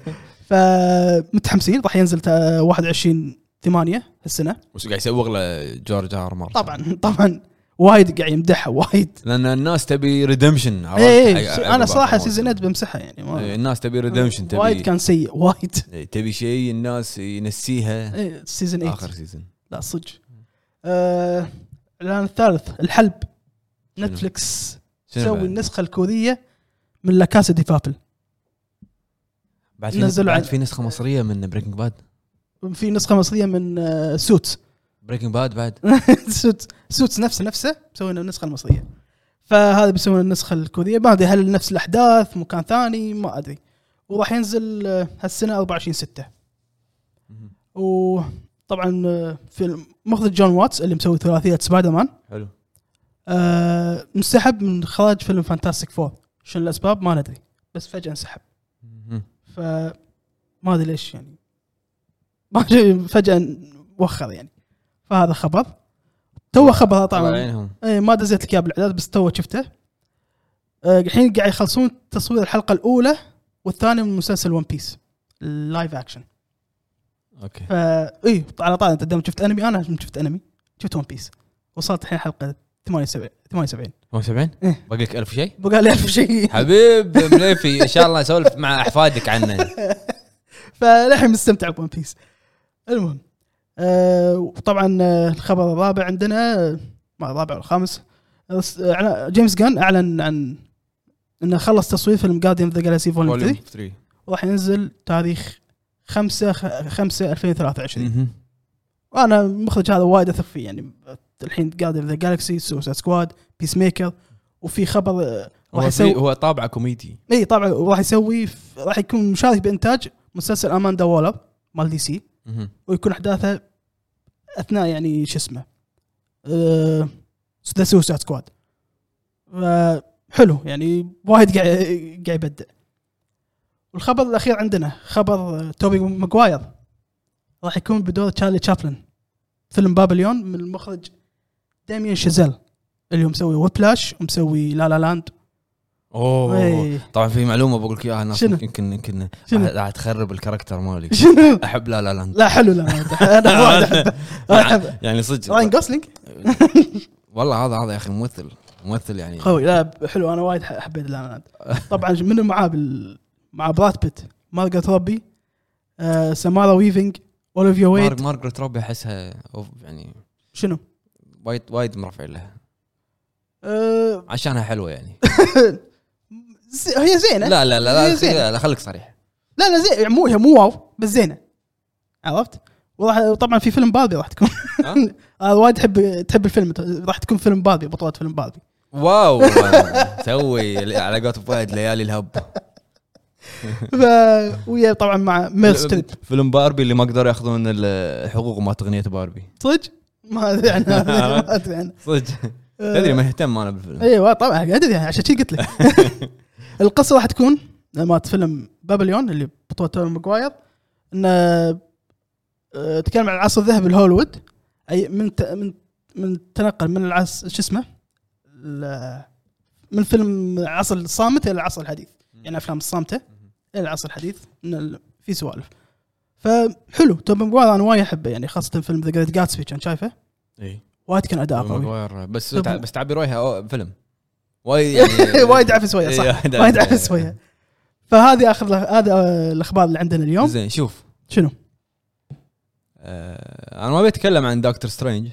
فمتحمسين راح ينزل تا- 21 8 هالسنه وش قاعد يسوق له جورج ار آر مارتن طبعا طبعا وايد قاعد يمدحها وايد إيه، لان الناس تبي ريدمشن اي اي انا صراحه سيزونات بمسحها يعني ما- الناس تبي ريدمشن وايد إيه، تبي كان سيء وايد إيه، تبي شيء الناس ينسيها إيه، سيزون 8 اخر سيزون لا صدق آه، الاعلان الثالث الحلب شنو؟ نتفلكس شنو تسوي بعد؟ النسخه الكوريه من لا كاسا دي بابل بعد في, نزلوا بعد عن- في نسخه مصريه من بريكنج باد في نسخه مصريه من آه، سوتس (laughs) بريكنج باد بعد سوتس سوتس نفسه نفسه مسوينا النسخه المصريه فهذا بيسوون النسخه الكوريه ما ادري هل نفس الاحداث مكان ثاني ما ادري وراح ينزل آه، هالسنه 24 6 وطبعا آه، فيلم مخرج جون واتس اللي مسوي ثلاثيه سبايدر مان حلو آه، انسحب من اخراج فيلم فانتاستيك فور شنو الاسباب ما ندري بس فجاه انسحب مهم. ف ما ادري ليش يعني ما أدري، فجاه وخر يعني فهذا خبر تو خبر الله طبعا يعينهم اي ما دزيت لك اياه بالاعداد بس تو شفته آه، الحين قاعد يخلصون تصوير الحلقه الاولى والثانيه من مسلسل ون بيس اللايف اكشن اوكي فا اي إيه، على طاري انت دام شفت انمي انا شفت انمي شفت ون بيس وصلت الحين حلقه 78 78 78 إيه. باقي لك 1000 شيء بقى لي ألف شيء حبيب مليفي ان شاء الله اسولف مع (laughs) احفادك عنه فللحين مستمتع بون بيس المهم آه وطبعا آه الخبر الرابع عندنا آه، ما الرابع والخامس آه، إعلان- جيمس جان اعلن عن انه خلص تصوير فيلم جارديان ذا جالكسي فوليوم 3 Volume 3 وراح ينزل تاريخ 5 5 2023 مهم. وانا المخرج هذا وايد اثق فيه يعني الحين جارديان ذا جالكسي سوسا سكواد بيس ميكر وفي خبر آه، هو راح في- يسوي هو طابعه كوميدي اي طبعا وراح يسوي راح يكون مشارك بانتاج مسلسل اماندا وولر مال دي سي مهم. ويكون احداثه اثناء يعني شو اسمه آه، ذا سوسايد سكواد حلو يعني وايد قاعد قاعد يبدع والخبر الاخير عندنا خبر آه، توبي ماجواير راح يكون بدور تشارلي تشابلن فيلم بابليون من المخرج داميان شازيل اللي هو مسوي ويبلاش ومسوي لا لا لاند اوه إيه. طبعا في معلومه بقول لك اياها الناس شنو؟ يمكن- يمكن يمكن شنو؟ راح تخرب الكاركتر مالي شنو؟ احب (laughs) لا لا (laughs) لاند لا حلو لا لاند. انا (laughs) وايد احبه أنا احبه يعني راين صدق (laughs) جوسلينج والله هذا هذا يا اخي ممثل ممثل يعني قوي لا حلو انا وايد ح- حبيت لا لا لاند طبعا (laughs) منو معاه بال... مع براد بيت مارجت روبي آه سمارا ويفنج اوليفيا ويت مارك مارجريت روبي احسها أوف- يعني شنو؟ وايد وايد مرفع لها آه عشانها (laughs) حلوه يعني ز... هي زينه لا لا لا هي (laughs) لا, زينة. لا, لا خليك (laughs) صريح لا لا زي... مو هي مو واو بس زينه عرفت؟ وراح طبعا في فيلم باربي راح تكون (laughs) ها؟ آه وايد تحب تحب الفيلم راح تكون فيلم باربي بطوله فيلم باربي واو سوي على قولة فؤاد ليالي الهب ف... ويا طبعا مع (laughs) ميل ستريب فيلم باربي اللي ما قدروا ياخذون الحقوق مالت اغنيه باربي (laughs) صدق؟ ما ادري عنها ما ادري عنها (laughs) صدق تدري مهتم انا بالفيلم ايوه طبعا ادري عشان شي قلت لك القصه راح تكون مالت فيلم بابليون اللي بطوله توم ماجواير انه آه، تكلم عن العصر الذهبي لهوليوود اي من ت- من من تنقل من العصر شو اسمه ال- من فيلم العصر الصامت الى العصر الحديث يعني افلام الصامته الى العصر الحديث من ال... في سوالف فحلو توم ماجواير انا وايد احبه يعني خاصه فيلم ذا جريت جاتسبي كان شايفه اي وايد كان اداء قوي ماجواير بس طب- تع- بس تعبير وجهه أو- فيلم (laughs) وايد يعني وايد عفس وياه صح إيه، (laughs) وايد وايد عفس عفس وياه. وياه فهذه اخر هذا آه، الاخبار اللي عندنا اليوم زين شوف شنو؟ آه، انا ما بتكلم عن دكتور سترينج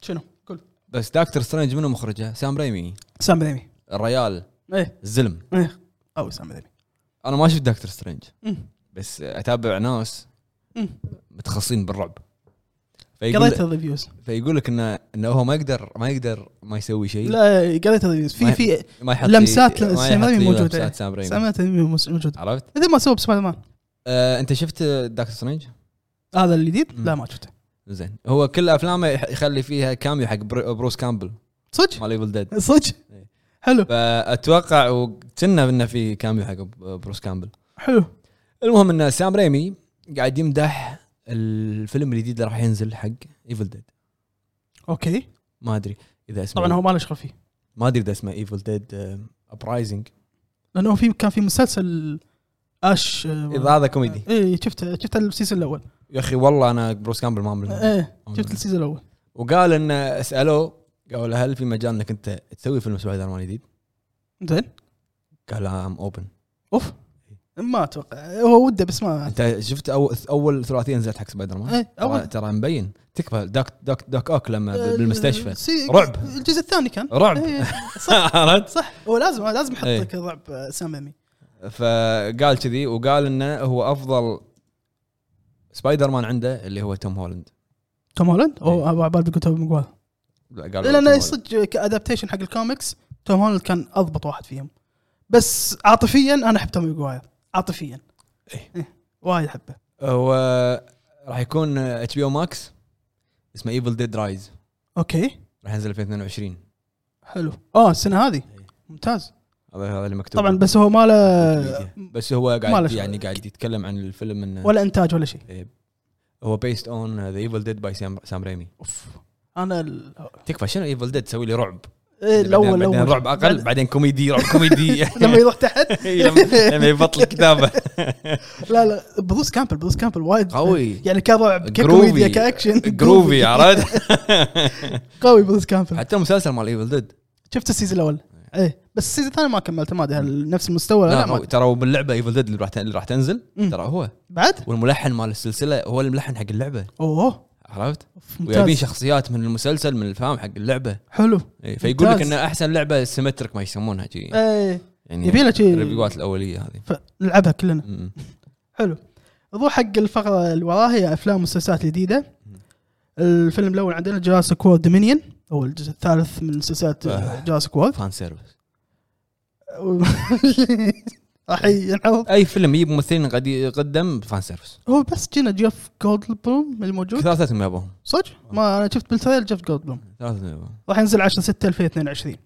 شنو؟ قول بس دكتور سترينج منو مخرجه؟ سام ريمي سام ريمي الريال ايه الزلم ايه قوي سام ريمي انا ما شفت دكتور سترينج أمم، بس اتابع ناس أمم. متخصصين بالرعب قريت فيقول الريفيوز فيقول لك انه انه هو ما يقدر ما يقدر ما يسوي شيء لا قريت الريفيوز في ما- في ما يحط لمسات لي- ما سام يحط ريمي لي موجودة. لمسات سام ريمي سام ريمي مس- موجود عرفت؟ اذا ما سووا بسبايدر مان آه، انت شفت دكتور سترينج؟ هذا الجديد أمم. لا ما شفته زين هو كل افلامه يح- يخلي فيها كاميو حق برو- بروس كامبل صدق مال ايفل ديد (laughs) صدق إيه. حلو فاتوقع وكنا انه في كاميو حق بروس كامبل حلو المهم ان سام ريمي قاعد يمدح الفيلم الجديد اللي راح ينزل حق ايفل ديد اوكي ما ادري اذا اسمه طبعا هو ما له شغل فيه ما ادري اذا اسمه uh, ايفل ديد ابرايزنج لانه في كان في مسلسل اش اذا هذا كوميدي ايه شفته شفته السيزون الاول يا اخي والله انا بروس كامبل ما أمل. ايه شفت السيزون الاول وقال انه سالوه قالوا له هل في مجال انك انت تسوي فيلم سبايدر مان جديد؟ زين قال ام اوبن اوف ما اتوقع هو وده بس ما انت شفت اول اول ثلاثيه نزلت حق سبايدر مان؟ ايه ترى- اول ترى مبين تكفى داك داك داك اوك لما بال- بالمستشفى سي- رعب. الجزء الثاني كان رعب. إيه، (laughs) عرفت؟ صح هو لازم لازم إيه. يحط لك آه، رعب سامامي فقال كذي وقال انه هو افضل سبايدر مان عنده اللي هو توم هولند توم هولاند إيه. او ابو عباد بيقول توم مقوال لا، قال توم لان هولند. صدق كادابتيشن حق الكوميكس توم هولاند كان اضبط واحد فيهم بس عاطفيا انا احب توم مقواير عاطفيا إيه. وايد احبه هو راح يكون اتش بي او ماكس اسمه ايفل ديد رايز اوكي راح ينزل 2022 حلو اه السنه هذه إيه. ممتاز هذا هذا اللي مكتوب طبعا بس هو ما له بالويكيبيديا. بس هو ما له قاعد شغل. يعني قاعد يتكلم عن الفيلم انه ولا انتاج ولا شيء هو بيست اون ذا ايفل ديد باي سام ريمي اوف انا ال- تكفى شنو ايفل ديد تسوي لي رعب إيه، الاول بعدين- بعدين الاول رعب اقل بعدين كوميدي رعب كوميدي (laughs) (laughs) لما يروح تحت إيه، لما لما يبطل كتابه لا لا بروس كامبل بروس كامبل وايد قوي يعني كرعب ككوميديا جروفي كاكشن جروفي عرفت (laughs) قوي بروس كامبل حتى المسلسل مال ايفل ديد شفت السيزون الاول ايه بس السيزون الثاني ما كملته ما ادري هل نفس المستوى لا, لا ما لا أدري. نعم، ترى باللعبه ايفل ديد اللي راح اللي راح تنزل مم. ترى هو بعد والملحن مال السلسله هو الملحن حق اللعبه اوه عرفت؟ أوف، ويبين ممتاز شخصيات من المسلسل من الفام حق اللعبه حلو إيه، فيقول لك ممتاز. ان احسن لعبه سيمتريك ما يسمونها جي ايه يعني يبي له شيء الريفيوات الاوليه هذه نلعبها كلنا م- حلو نروح حق الفقره اللي وراها هي افلام ومسلسلات جديده الفيلم الاول عندنا جراسيك وورد دومينيون هو الجزء الثالث من سلسله آه. جراسيك وورد فان سيرفيس (laughs) راح ينحط اي فيلم يجيب ممثلين قد يقدم فان سيرفيس هو بس جينا جيف جولدبلوم الموجود ثلاثتهم يابوهم صدق ما انا شفت بالتريل جيف جولدبلوم ثلاثتهم يابوهم راح ينزل 10 6 2022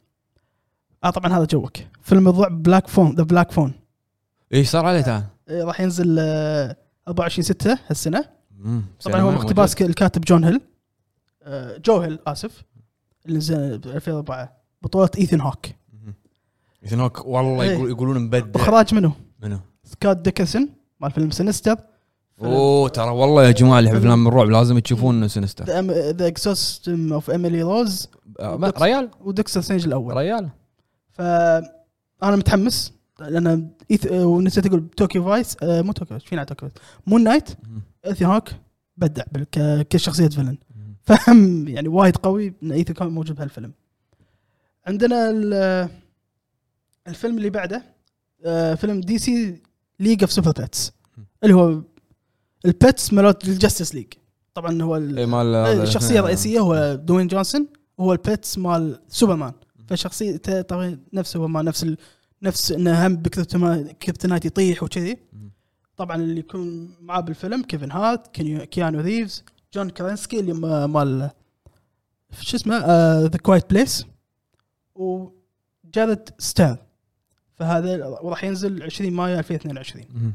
اه طبعا هذا جوك فيلم الرعب بلاك فون ذا بلاك فون ايش إيه، صار عليه تعال إيه، راح ينزل آه، 24 6 هالسنه مم، طبعا هو سينما اقتباس ك- الكاتب جون هيل آه، جو هيل اسف اللي نزل ب 2004 بطوله ايثن هوك موجود. مم. ايثن هوك والله إيه. يقول يقولون مبدع واخراج منه منو؟ سكوت ديكنسون مال فيلم سينستر اوه ترى والله يا جماعه اللي يحب فيلم- افلام الرعب لازم تشوفون سينستر ذا اكسوستم اوف ايميلي روز آه، ما- ريال ودكتور سترينج الاول ريال فانا متحمس لان إيث... آه، ونسيت اقول توكيو فايس آه، مو توكيو فايس فينا توكيو فايس مون نايت مم. ايثن هوك بدع بال- ك... كشخصيه فيلن مم. (laughs) فهم يعني وايد قوي ان ايثن كان موجود بهالفيلم عندنا ال- الفيلم اللي بعده آه، فيلم دي سي ليج اوف سوبر بيتس اللي هو البيتس مالت الجاستس ليج طبعا هو ال- إيه، مال هذا. الشخصيه الرئيسيه هو دوين جونسون وهو البيتس مال سوبرمان فشخصيته طبعا نفس سوبرمان نفس ال... نفس انه هم بكريبتما- كريبتونايت يطيح وكذي مم. طبعا اللي يكون معاه بالفيلم كيفن هارت كينيو- كيانو ريفز جون كرينسكي اللي ما- مال شو اسمه آه، ذا كوايت بليس وجادت ستان فهذا وراح ينزل 20 مايو 2022 مم.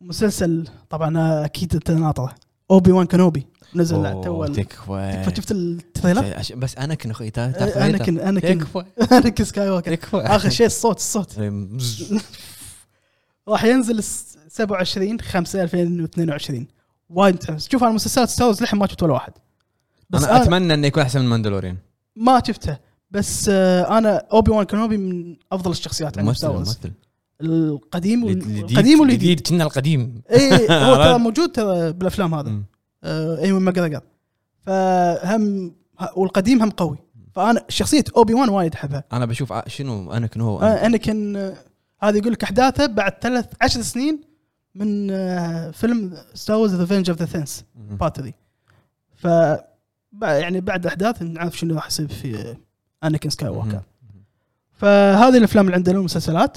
مسلسل طبعا آه، اكيد انت ناطره اوبي وان كانوبي نزل أوه، تو ال- تكفى تكفى شفت التريلر؟ عش- بس انا كن اخوي تا- تعرف انا ليه؟ كن انا كن تكفى (laughs) انا كن سكاي ووكر تكفى اخر (laughs) شيء الصوت الصوت طيب، راح ينزل الس- 27 5 2022 وايد متحمس شوف انا مسلسلات ستار وورز للحين ما شفت ولا واحد بس انا اتمنى انه يكون احسن من ماندلورين ما شفته بس آه، انا اوبي وان كانوبي من افضل الشخصيات عند ممثل ستار وورز ممثل القديم وال- الجديد- القديم والجديد الجديد كنا القديم اي (laughs) هو ترى موجود ترى بالافلام هذا مم. آه، ايوان ماجراجر فهم ه- والقديم هم قوي فانا شخصيه اوبي وان وايد احبها انا بشوف ع- شنو انا كن هو انا كان آه، هذا يقول لك احداثه بعد ثلاث عشر سنين من آه، فيلم ستار وورز ذا فينج اوف ذا ثينس مم. بارت ذي ف بع- يعني بعد احداث نعرف شنو راح يصير في انكن سكاي ووكر مم. فهذه الافلام اللي عندنا المسلسلات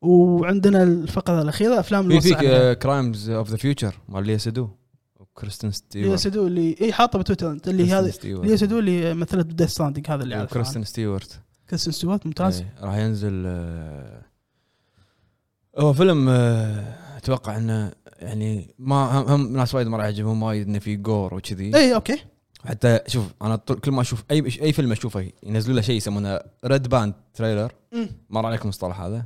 وعندنا الفقره الاخيره افلام في اللي فيك آه، نوصي عنها. كرايمز اوف ذا فيوتشر مال ليا سيدو وكريستن ليا ستيوارت سيدو اللي اي حاطه بتويتر انت اللي كريستن هذا ستيوارت. ليا سيدو اللي مثلت بديث ستاندينج هذا اللي اعرفه أنا. وكريستن ستيوارت كريستن ستيوارت ممتاز إيه، راح ينزل آه، هو فيلم آه، اتوقع انه يعني ما هم, هم ناس وايد ما راح يعجبهم وايد انه في جور وكذي اي اوكي حتى شوف انا طول كل ما اشوف اي اي فيلم اشوفه ينزلوا له شيء يسمونه ريد باند تريلر أمم، مر عليكم المصطلح هذا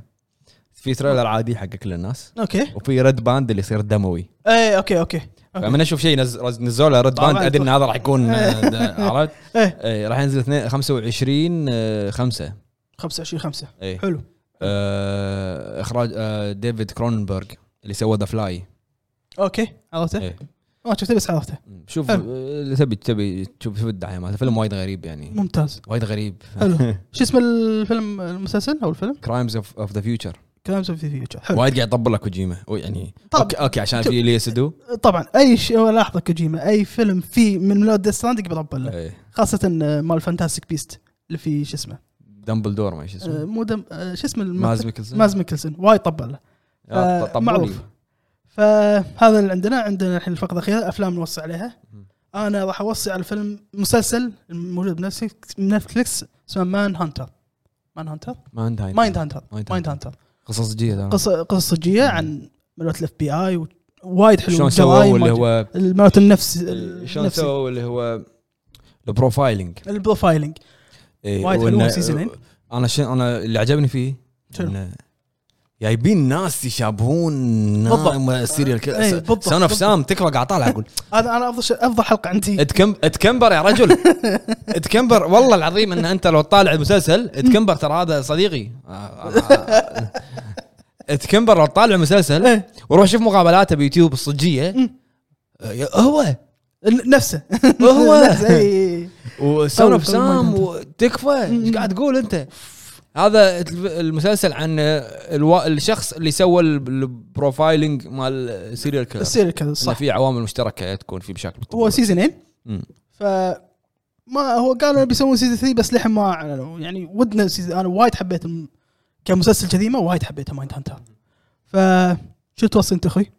في تريلر عادي حق كل الناس اوكي وفي ريد باند اللي يصير دموي اي اوكي اوكي فمن اشوف شيء نز- رز- نزلوا له ريد باند طبعاً. ادري ان هذا راح (laughs) يكون آه، ده- عرفت ايه إيه، راح ينزل اثنين- آه، 25 5 25 5 اي حلو إيه، آه، اخراج آه، ديفيد كرونبرغ اللي سوى ذا فلاي اوكي عرفته إيه. ما شفته بس عرفته شوف حلو. آه، تبي تبي تشوف تشوف الدعايه مالته فيلم وايد غريب يعني (laughs) ممتاز وايد غريب حلو. شو اسم الفيلم المسلسل او الفيلم؟ كرايمز اوف ذا فيوتشر كلامز اوف ذا فيوتشر حلو وايد قاعد يطبل لك كوجيما يعني طب. اوكي اوكي عشان في ليا سدو طبعا اي شيء لحظه كوجيما اي فيلم فيه من ملود ديث ستاندينج بربل له إيه. خاصه آه، مال فانتاستيك بيست اللي فيه شو اسمه دمبلدور ما شو آه، اسمه مو دم آه، شو اسمه ماز الممثل؟ ميكلسون ماز ميكلسون وايد طبل له آه، آه، طبل معروف. لي. فهذا اللي عندنا عندنا الحين الفقره الاخيره افلام نوصي عليها مم. انا راح اوصي على فيلم مسلسل موجود بنتفلكس بنتفلكس اسمه مان هانتر مان هانتر مايند هايند. مايند هانتر مايند مايند هايند. هانتر قصص جديده قصه قصه صجيه عن ملوت الاف بي اي وايد حلو شلون سووا الجرائم اللي وايد- هو إيه، الملوت النفس شلون النفسي سووا اللي هو البروفايلنج البروفايلنج إيه، وايد وإنه- حلوه سيزونين انا شن انا اللي عجبني فيه شنو؟ إنه جايبين ناس يشابهون بالضبط. سيريال إيه، كذا بالضبط، سان اوف بالضبط. سام تكفى قاعد طالع اقول هذا انا افضل شيء- افضل حلقه عندي اتكم اتكمبر يا (laughs) رجل اتكمبر والله العظيم ان انت لو تطالع المسلسل اتكمبر ترى هذا صديقي اتكمبر لو تطالع المسلسل إيه. وروح شوف مقابلاته بيوتيوب الصجيه آه، هو ن- (laughs) نفسه هو. (laughs) نفسه، إيه، إي. وسون قوي- اوف قوي سام مايند هانتر. وتكفى ايش مم. قاعد تقول (laughs) انت هذا المسلسل عن الوا... الشخص اللي سوى ال- البروفايلنج مال السيريال كيلر السيريال كذا صح صح في عوامل مشتركه تكون في بشكل هو سيزونين مم. ف ما هو قالوا بيسوون سيزون 3 بس لحين ما اعلنوا يعني ودنا سيزن انا وايد حبيت الم... كمسلسل كذي ما وايد حبيته مايند هانتر ف شو توصي انت اخوي؟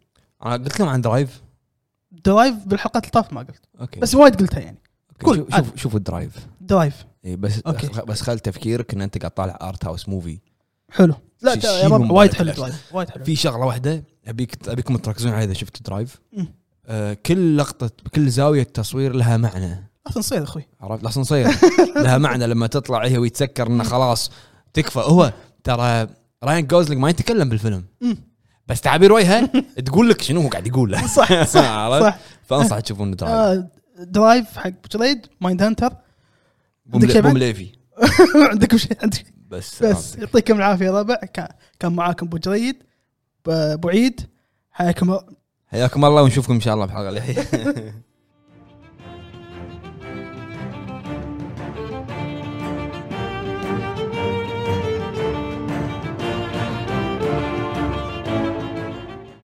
انا قلت لهم عن درايف درايف بالحلقات اللي طاف ما قلت اوكي بس وايد قلتها يعني أوكي. قول. شوف- شوف شوف الدرايف درايف إيه بس أوكي. أوكي. بس خل تفكيرك ان انت قاعد طالع ارت هاوس موفي حلو لا شي- تا- شي يا رب ممبارك وايد حلو بالعكس. درايف وايد حلو في شغله واحده ابيك ابيكم تركزون عليها اذا شفتوا درايف مم. آه كل لقطه كل زاويه تصوير لها معنى لا تنصيد اخوي (laughs) عرفت الاسانسير لها معنى لما تطلع هي ويتسكر انه خلاص تكفى هو ترى راين جوزلينج ما يتكلم بالفيلم مم. بس تعابير وجهه تقول لك شنو هو قاعد (laughs) يقوله صح صح (laughs) عرفت؟ صح فانصح تشوفون درايف آه، درايف حق جريد مايند هانتر (laughs) بوم, عندك شيء بعد؟ بوم ليفي عندكم شيء عندكم شيء بس بس بس يعطيكم العافيه يا ربع كا- كان معاكم ابو جريد ب- ابو عيد حياكم الله (laughs) حياكم الله ونشوفكم ان شاء الله بحلقه اللي